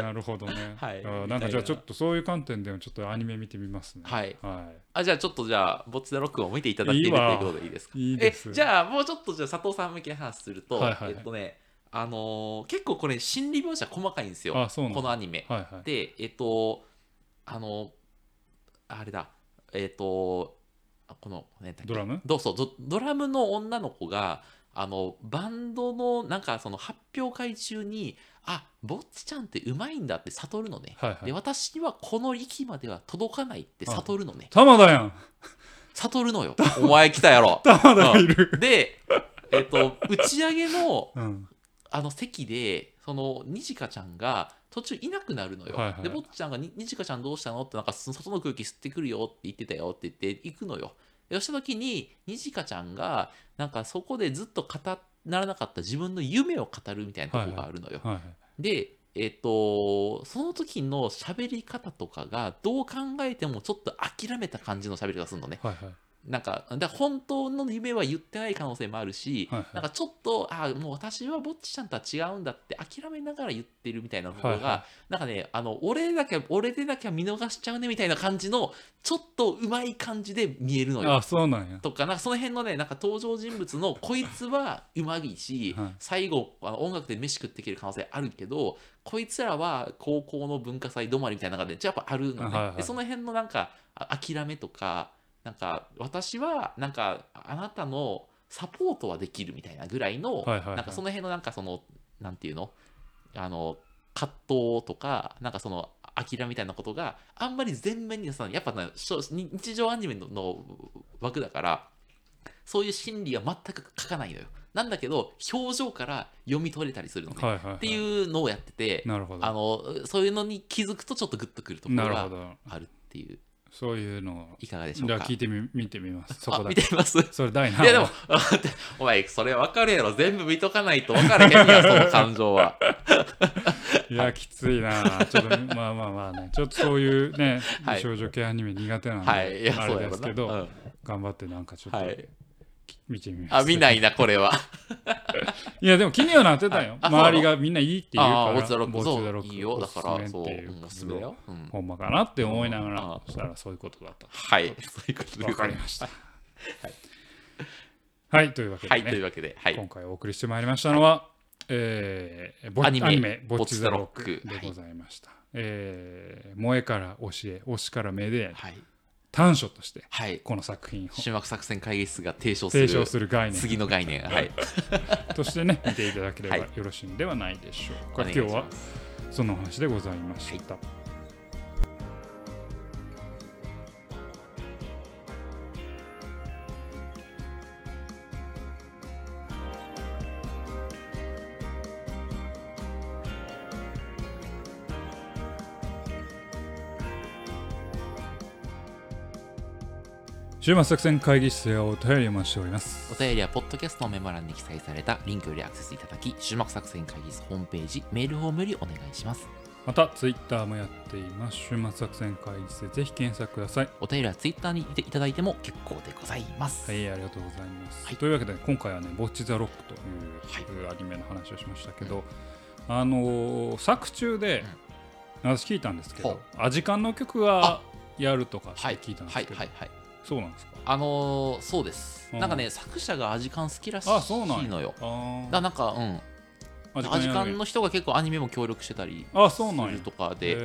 A: なるほどね、
B: はい
A: あなんかじゃあちょっとそういう観点でもちょっとアニメ見てみますね
B: はい
A: は
B: あじゃあちょっとじゃあボッチザロックを見ていただける
A: い
B: と
A: い
B: いう
A: わ
B: ことでいいですか
A: い、いいです
B: えじゃあもうちょっとじゃあ佐藤さん向けに話すると、
A: はいはいはい
B: えっとねあのー結構これ心理描写細かいんですよ
A: あそうなんだ
B: このアニメ、
A: はいはい
B: でえっとあのあれだえっとあこのね
A: ドラム
B: どうそうドドラムの女の子があのバンドのなんかその発表会中にあぼっちちゃんってうまいんだって悟るのね、
A: はいはい
B: で私にはこの域までは届かないって悟るのね、
A: 玉田や ん
B: 悟るのよお前来たやろ
A: 玉田がいる、
B: でえっと打ち上げの
A: うん、
B: あの席でそのにじかちゃんが途中いなくなるのよ、
A: はいはい
B: でぼっちゃんがに「にじかちゃんどうしたの?」ってなんかそ外の空気吸ってくるよって言ってたよって言って行くのよでそした時ににじかちゃんがなんかそこでずっと語らなかった自分の夢を語るみたいなとこがあるのよ、
A: はいはい
B: でえっとその時の喋り方とかがどう考えてもちょっと諦めた感じの喋り方するのね
A: はいはい
B: なんかだから本当の夢は言ってない可能性もあるし、
A: はいはい
B: なんかちょっとあーもう私はぼっちちゃんとは違うんだって諦めながら言ってるみたいなところが、
A: はいは
B: なんかねあの俺だけ俺でなきゃ見逃しちゃうねみたいな感じのちょっとうまい感じで見えるのよ。
A: あそうなんや
B: とかなんかその辺のねなんか登場人物のこいつはうまいし、
A: はい
B: 最後あの音楽で飯食っていける可能性あるけどこいつらは高校の文化祭止まりみたいなのがねやっぱあるのね、
A: はいはい
B: でその辺のなんかあ諦めとかなんか私はなんかあなたのサポートはできるみたいなぐらい
A: は
B: の、
A: いはいはい
B: なんかその辺のなんかそのなんていうのあの葛藤とかなんかその諦めみたいなことがあんまり前面に出さないやっぱ、ね、しょに日常アニメのの枠だからそういう心理は全く書かないのよなんだけど表情から読み取れたりするのね、
A: はいはいはい
B: っていうのをやってて
A: なるほど
B: あのそういうのに気づくとちょっとグッとくるとこ
A: な
B: ろ
A: るほ
B: が
A: ど
B: あるっていう
A: そういうのを
B: いかがでし
A: じ
B: ょう
A: ゃ
B: か
A: あ聞いてみ見てみますそこ
B: あ
A: だ
B: 見
A: け
B: てみますい
A: それ第7
B: やでも お前それ分かるやろ全部見とかないと分からへんやんその感 情は
A: いやきついなちょっとまあまあまあねちょっとそういうね、
B: はい
A: 少女系アニメ苦手なんで、
B: はいいや
A: あれ
B: そうや
A: で
B: ろ
A: す
B: な、
A: け
B: う
A: ど、
B: ん、
A: 頑張ってなんかちょっと
B: はい
A: 見てみます、
B: あ見ないなこれは
A: いやでも気にはなってたよ
B: あそうなの
A: 周りがみんないいって言うから
B: ああーボツザロック
A: ボ
B: そ
A: ツザロ
B: う
A: ック
B: いいよだか
A: お
B: ら
A: すす
B: そう
A: めっていううん
B: お
A: こ
B: す
A: と
B: すめ
A: で
B: だよ、うん、
A: ほんまかなって思いなが
B: うんあ
A: らそしたらそういうことだ った
B: はいそういうことで
A: わ
B: ござ
A: か
B: い
A: り
B: ま
A: ますした。はい、というわけで
B: は
A: ね、
B: いというわけではい
A: 今回お送りしてまいりましたのは、えーぼ
B: アニメ
A: アニメ「ぼ
B: ぼっ
A: っ
B: ち
A: ち
B: ザ
A: ザ
B: ロ
A: ロ
B: ッ
A: ッ
B: ク
A: ク」でございました。えー萌えから推え、推しから目で
B: はい
A: 短所として
B: はい
A: この作品を
B: 終幕作戦会議室が提唱する
A: 提唱する概念
B: 次の概念はい
A: としてね見ていただければ
B: はい
A: よろしいんではないでしょうか。
B: お願いし
A: 今日
B: ま
A: は
B: す
A: そのお話でございました。週末作戦会議室ではお便りをお待ちしております。
B: お便りはポッドキャストのメモ欄に記載されたリンクよりアクセスいただき終幕作戦会議室ホームページメールフォームよりお願いします
A: また、ツイッターもやっています。週末作戦会議室でぜひ検索ください。
B: お便りはツイッターにいただいても結構でございます。
A: はい、ありがとうございます。
B: はい
A: というわけで、今回はね、ボッチ・ザ・ロックという、アニメの話をしましたけど、あのー作中で、私聞いたんですけ
B: ほ
A: ど、アジカンの曲がやるとかって聞いたんです
B: はい
A: けど、
B: はいはい。
A: そうなんですか
B: あのーそうです。
A: うん
B: なんかね、作者がアジカン好きらしい
A: あ、そうなんや
B: のよ。
A: あー
B: だからなんか、うん。
A: ア
B: アジ
A: や
B: カ
A: るん
B: ン
A: や
B: の人が結構アニメも協力してたり
A: あ、そうなんや
B: する。とか
A: へ
B: で、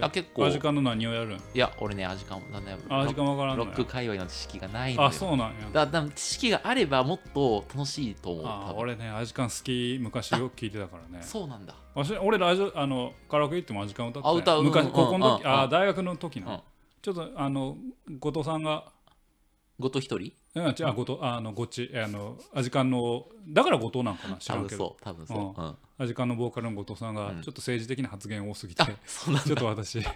A: ー
B: あ結構
A: アジカンの何をやるん
B: いや、俺ね、アジカン、なんだよ
A: あ、アジカンわからん
B: ロ
A: の
B: ッ
A: や
B: ク界隈の知識がないのよ。
A: あ、そうなんや。
B: だだから知識があればもっと楽しいと思う。
A: あ
B: 多分
A: 俺ね、アジカン好き、昔よく聞いてたからね。
B: そうなんだ。
A: わし俺ラジオあのカラオケ行ってもアジカン歌って
B: あ歌ううん
A: 昔
B: うん
A: 高校の時、
B: うん
A: あ
B: うん
A: 大学の時
B: うん
A: の、ちょっとあの後藤さんが
B: ごと一人
A: うん違うあ後藤あのごっちあのアジカンのだから後藤なんかな知
B: 多
A: らん
B: 分
A: けど
B: そう、多分そう。うん。
A: アジカンのボーカルの後藤さんが、
B: うん
A: ちょっと政治的な発言多すぎて、
B: そうなん
A: ちょっ
B: だ。
A: と私
B: あ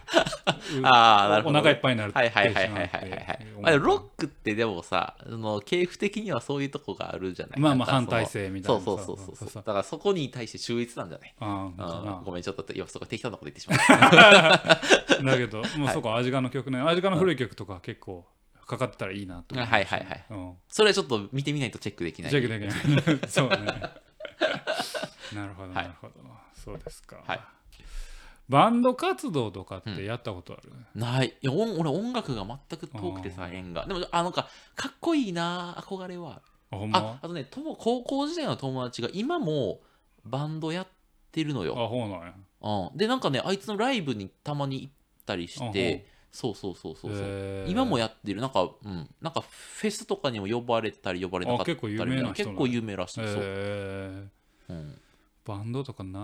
B: あ、なる
A: お
B: ほど。
A: 腹いっぱいになるって
B: はいはいはい
A: し
B: は
A: ま
B: い
A: って
B: はいはい
A: えー。
B: まあ、ロックってでもさ、その系譜的にはそういうとこがあるじゃない
A: まあまあ
B: な
A: 反
B: んかそ
A: 体
B: の
A: 制みたい
B: そう
A: な
B: そうそ
A: さ
B: うそう
A: さ
B: そ
A: さ
B: う。だからそこに対して秀逸なんじゃない
A: あーか
B: うん
A: な
B: ごめん、ちょっと、いや、そこ適当なこと言ってしまっ
A: だけど、もうそうか、アジカンの曲ね、アジカンの古い曲とか結構かかってたらいいなと
B: た。
A: 思
B: はいはいはい。
A: う。うん、
B: それはちょっと見てみないとチェックできない。
A: ジェイクできない。 そうね。なるほど、
B: い
A: なるほど。そうですか。
B: はい
A: バンド活動とかってやったことある、
B: ない。いや、音俺音楽が全く遠くてさ、縁が。でも、あのか、かっこいいな、憧れは。
A: あ、ほんま
B: あ
A: あ、
B: あとね、とも高校時代の友達が今もバンドやってるのよ。
A: ほうなんや。
B: うん、でなんかねあいつのライブにたまに行ったりしてそうそうそうそうそう、
A: へー
B: 今もやってるなんかうんなんかフェスとかにも呼ばれたり呼ばれなかったり
A: あ結構有名な人な
B: 結
A: んだ
B: 構有名らしい、そう、
A: へー
B: うん、
A: バンドとかな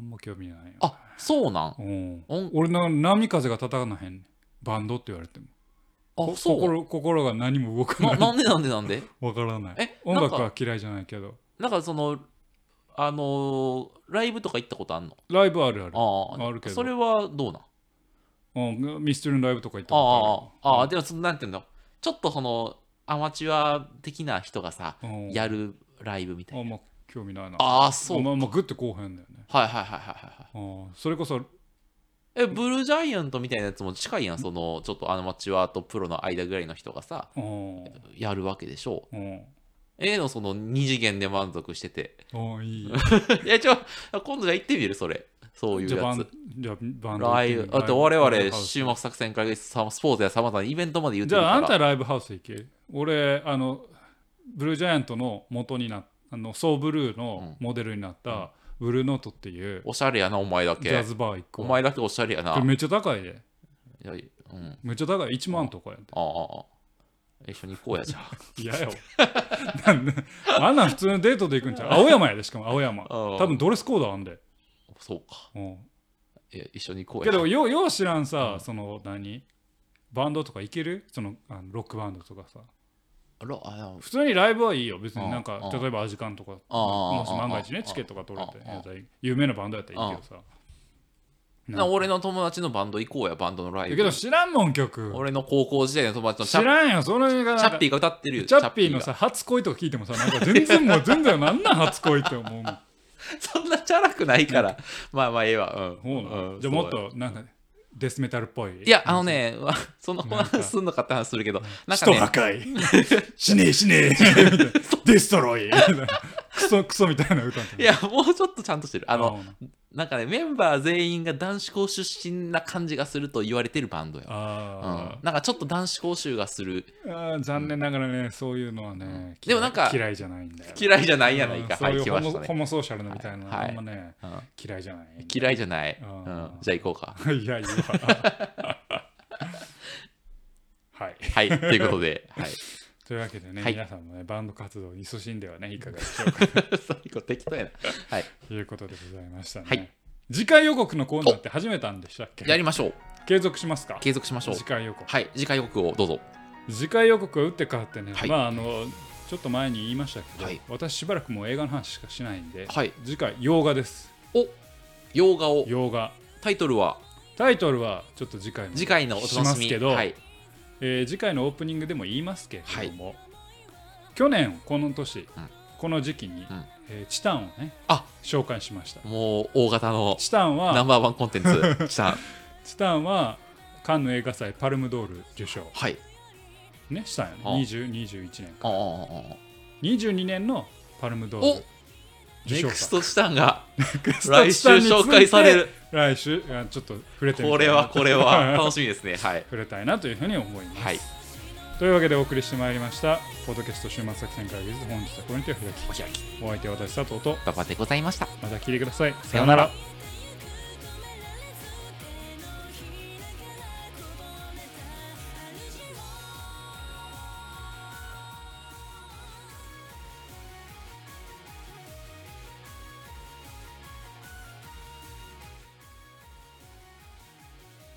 A: んも興味ないよ。
B: あそうなん
A: うん、
B: 音
A: 俺の波風が立たなへんねんバンドって言われても。
B: あ
A: こ
B: そう
A: 心心が何も動かな。
B: ないなんでなんでなんで
A: わからない。
B: え
A: 音楽
B: なん
A: は嫌いじゃないけど。
B: なんかそのあのーライブとか行ったことあんの
A: ライブあるある。
B: ああ
A: あるけど
B: それはどうなん
A: うん、ミスチルのライブとか行った
B: あ
A: こ
B: ああ
A: とあ
B: あああでもそのなんていうのちょっとそのアマチュア的な人がさ
A: る。あ
B: やるライブみた
A: あ
B: い
A: ん
B: な
A: ま興味ないな。
B: ああそう
A: まあまあグッてこうへんだよね。
B: はいはいはいはいはい
A: ああそれこそ
B: え、ブルージャイアントみたいなやつも近いやん、その、ちょっとアマチュアとプロの間ぐらいの人がさ、
A: うん
B: やるわけでしょう。
A: うん
B: ええの、その、二次元で満足してて。
A: ああいい。
B: いや、ちょ、今度じゃあ行ってみる、それ。そういう
A: じゃあバ
B: や
A: ン
B: つ。
A: じゃあバンド
B: ライブ、だって我々、週末作戦会議室さスポーツやさまざまなイベントまで言って
A: じ
B: るか
A: ゃ
B: ら。
A: ああんたライブハウス行け。俺あのブルージャイアントの元になあのソーブルーのモデルになったブルーノートっていう
B: おしゃれやな、お前だ
A: ジャ
B: け。
A: ズバー行
B: お
A: こう。
B: 前だけおしゃれやな。
A: これ
B: い
A: めっちゃ高いで。
B: やうん。
A: めっちゃ高い。1万とかやで。
B: ああああ。一緒に行こうや、じゃあ。
A: 嫌よ。なんであんなん普通のデートで行くんちゃう青山やでしかも青山。
B: ああ
A: 多分ドレスコードあんで。
B: そうか。
A: うん
B: いや一緒に行こう
A: け
B: や。
A: どようよう知らんさ、その何バンドとかいけるそのあのロックバンドとかさ
B: ロあの
A: 普通にライブはいいよ別になん
B: う
A: か
B: んうん
A: 例えばアジカンとか
B: ああ
A: もし万が一
B: あ
A: ね
B: あ
A: チケットが取れて
B: ああ
A: やったら有名なバンドやったらいいけどさ
B: な俺の友達のバンド行こうや、バンドのラ
A: だ
B: イブ。
A: けど知らんもん曲
B: 俺の高校時代の友達のチ
A: 知
B: ャ
A: らんよそれがな
B: チャ
A: んか
B: ッピーが歌ってるよ。
A: チャッピーの
B: が
A: さ初恋とか聞いてもさなんか全然 もう全然なんなん初恋って思うもん
B: そんなチャラくないから。まあまあええわ。うん。
A: ほうな
B: うん
A: じゃあもっ。
B: そう
A: となんかデスメタルっぽい
B: いや、あのね、 わその
A: なんか
B: 話すんのかって話するけど、なん
A: 人
B: かね、
A: 破 壊しねえしねえみたいなデストロイ クソクソみたいな歌
B: いや、もうちょっとちゃんとしてる。あ
A: あ
B: の、なんかね、メンバー全員が男子校出身な感じがすると言われてるバンドや。う
A: あ
B: ん、なんかちょっと男子校集がする。
A: ー、あー残念ながらねそういうのはね
B: でもなんか
A: 嫌い嫌いじゃないんだよ
B: 嫌いじゃないやないか。
A: うんそ
B: は
A: うい
B: い、
A: う
B: 来
A: ホ
B: まし
A: モ,、
B: た
A: ホ
B: ね。
A: モソーシャルのみたいなの
B: はい
A: あんまね
B: うん
A: 嫌い じゃない
B: 嫌いじゃない。う
A: うん
B: ん。じゃあ行こうか。
A: いいやいいわはい
B: はい、ということで。はい。
A: というわけでね、
B: はい
A: 皆さんもねバンド活動に勤しんではねいかがでしょうか
B: 最後適当やな。はい。
A: ということでございましたね、
B: はい
A: 次回予告のコーナーって始めたんでしたっ
B: や
A: け
B: りましょう。
A: 継続しますか
B: 継続しましょう
A: 次。回予告
B: はい、次回予告をどうぞ。
A: 次回予告は打って変わってね、
B: はい
A: まああのちょっと前に言いましたけど、
B: はい
A: 私しばらくもう映画の話しかしないんで、
B: はい。
A: 次回洋画です
B: お洋画を。
A: 洋画
B: タイトルは
A: タイトルはちょっと次回も
B: 次回のお楽しみ。
A: しますけど
B: はい。
A: えー次回のオープニングでも言いますけれども、去年この年、
B: うん
A: この時期に、
B: ん
A: えーチタンをね
B: あ
A: 紹介しました
B: もう大型の
A: チタン
B: ナ
A: は
B: ンバーワンコンテ ンツ、チタン。
A: チタンはカンヌ映画祭パルムドール受賞
B: はい。
A: ねしたんよね
B: あ
A: 20 21年
B: ああああああ
A: 22年のパルムドー
B: お
A: ル
B: ネ
A: 受
B: クス
A: 賞
B: トチタン が
A: 作
B: 来週紹介される。
A: 来週あちょっと触れてみ
B: こ
A: たい
B: れ
A: な
B: はこれは楽しみですね。はい。
A: 触れたいなというふうに思います、
B: はい。
A: というわけでお送りしてまいりましたポッドキャスト週末作戦会議室本日はこれにて開き
B: お開き、
A: お相手は私佐藤と
B: パパでございました。
A: また聞いてください
B: さようなら。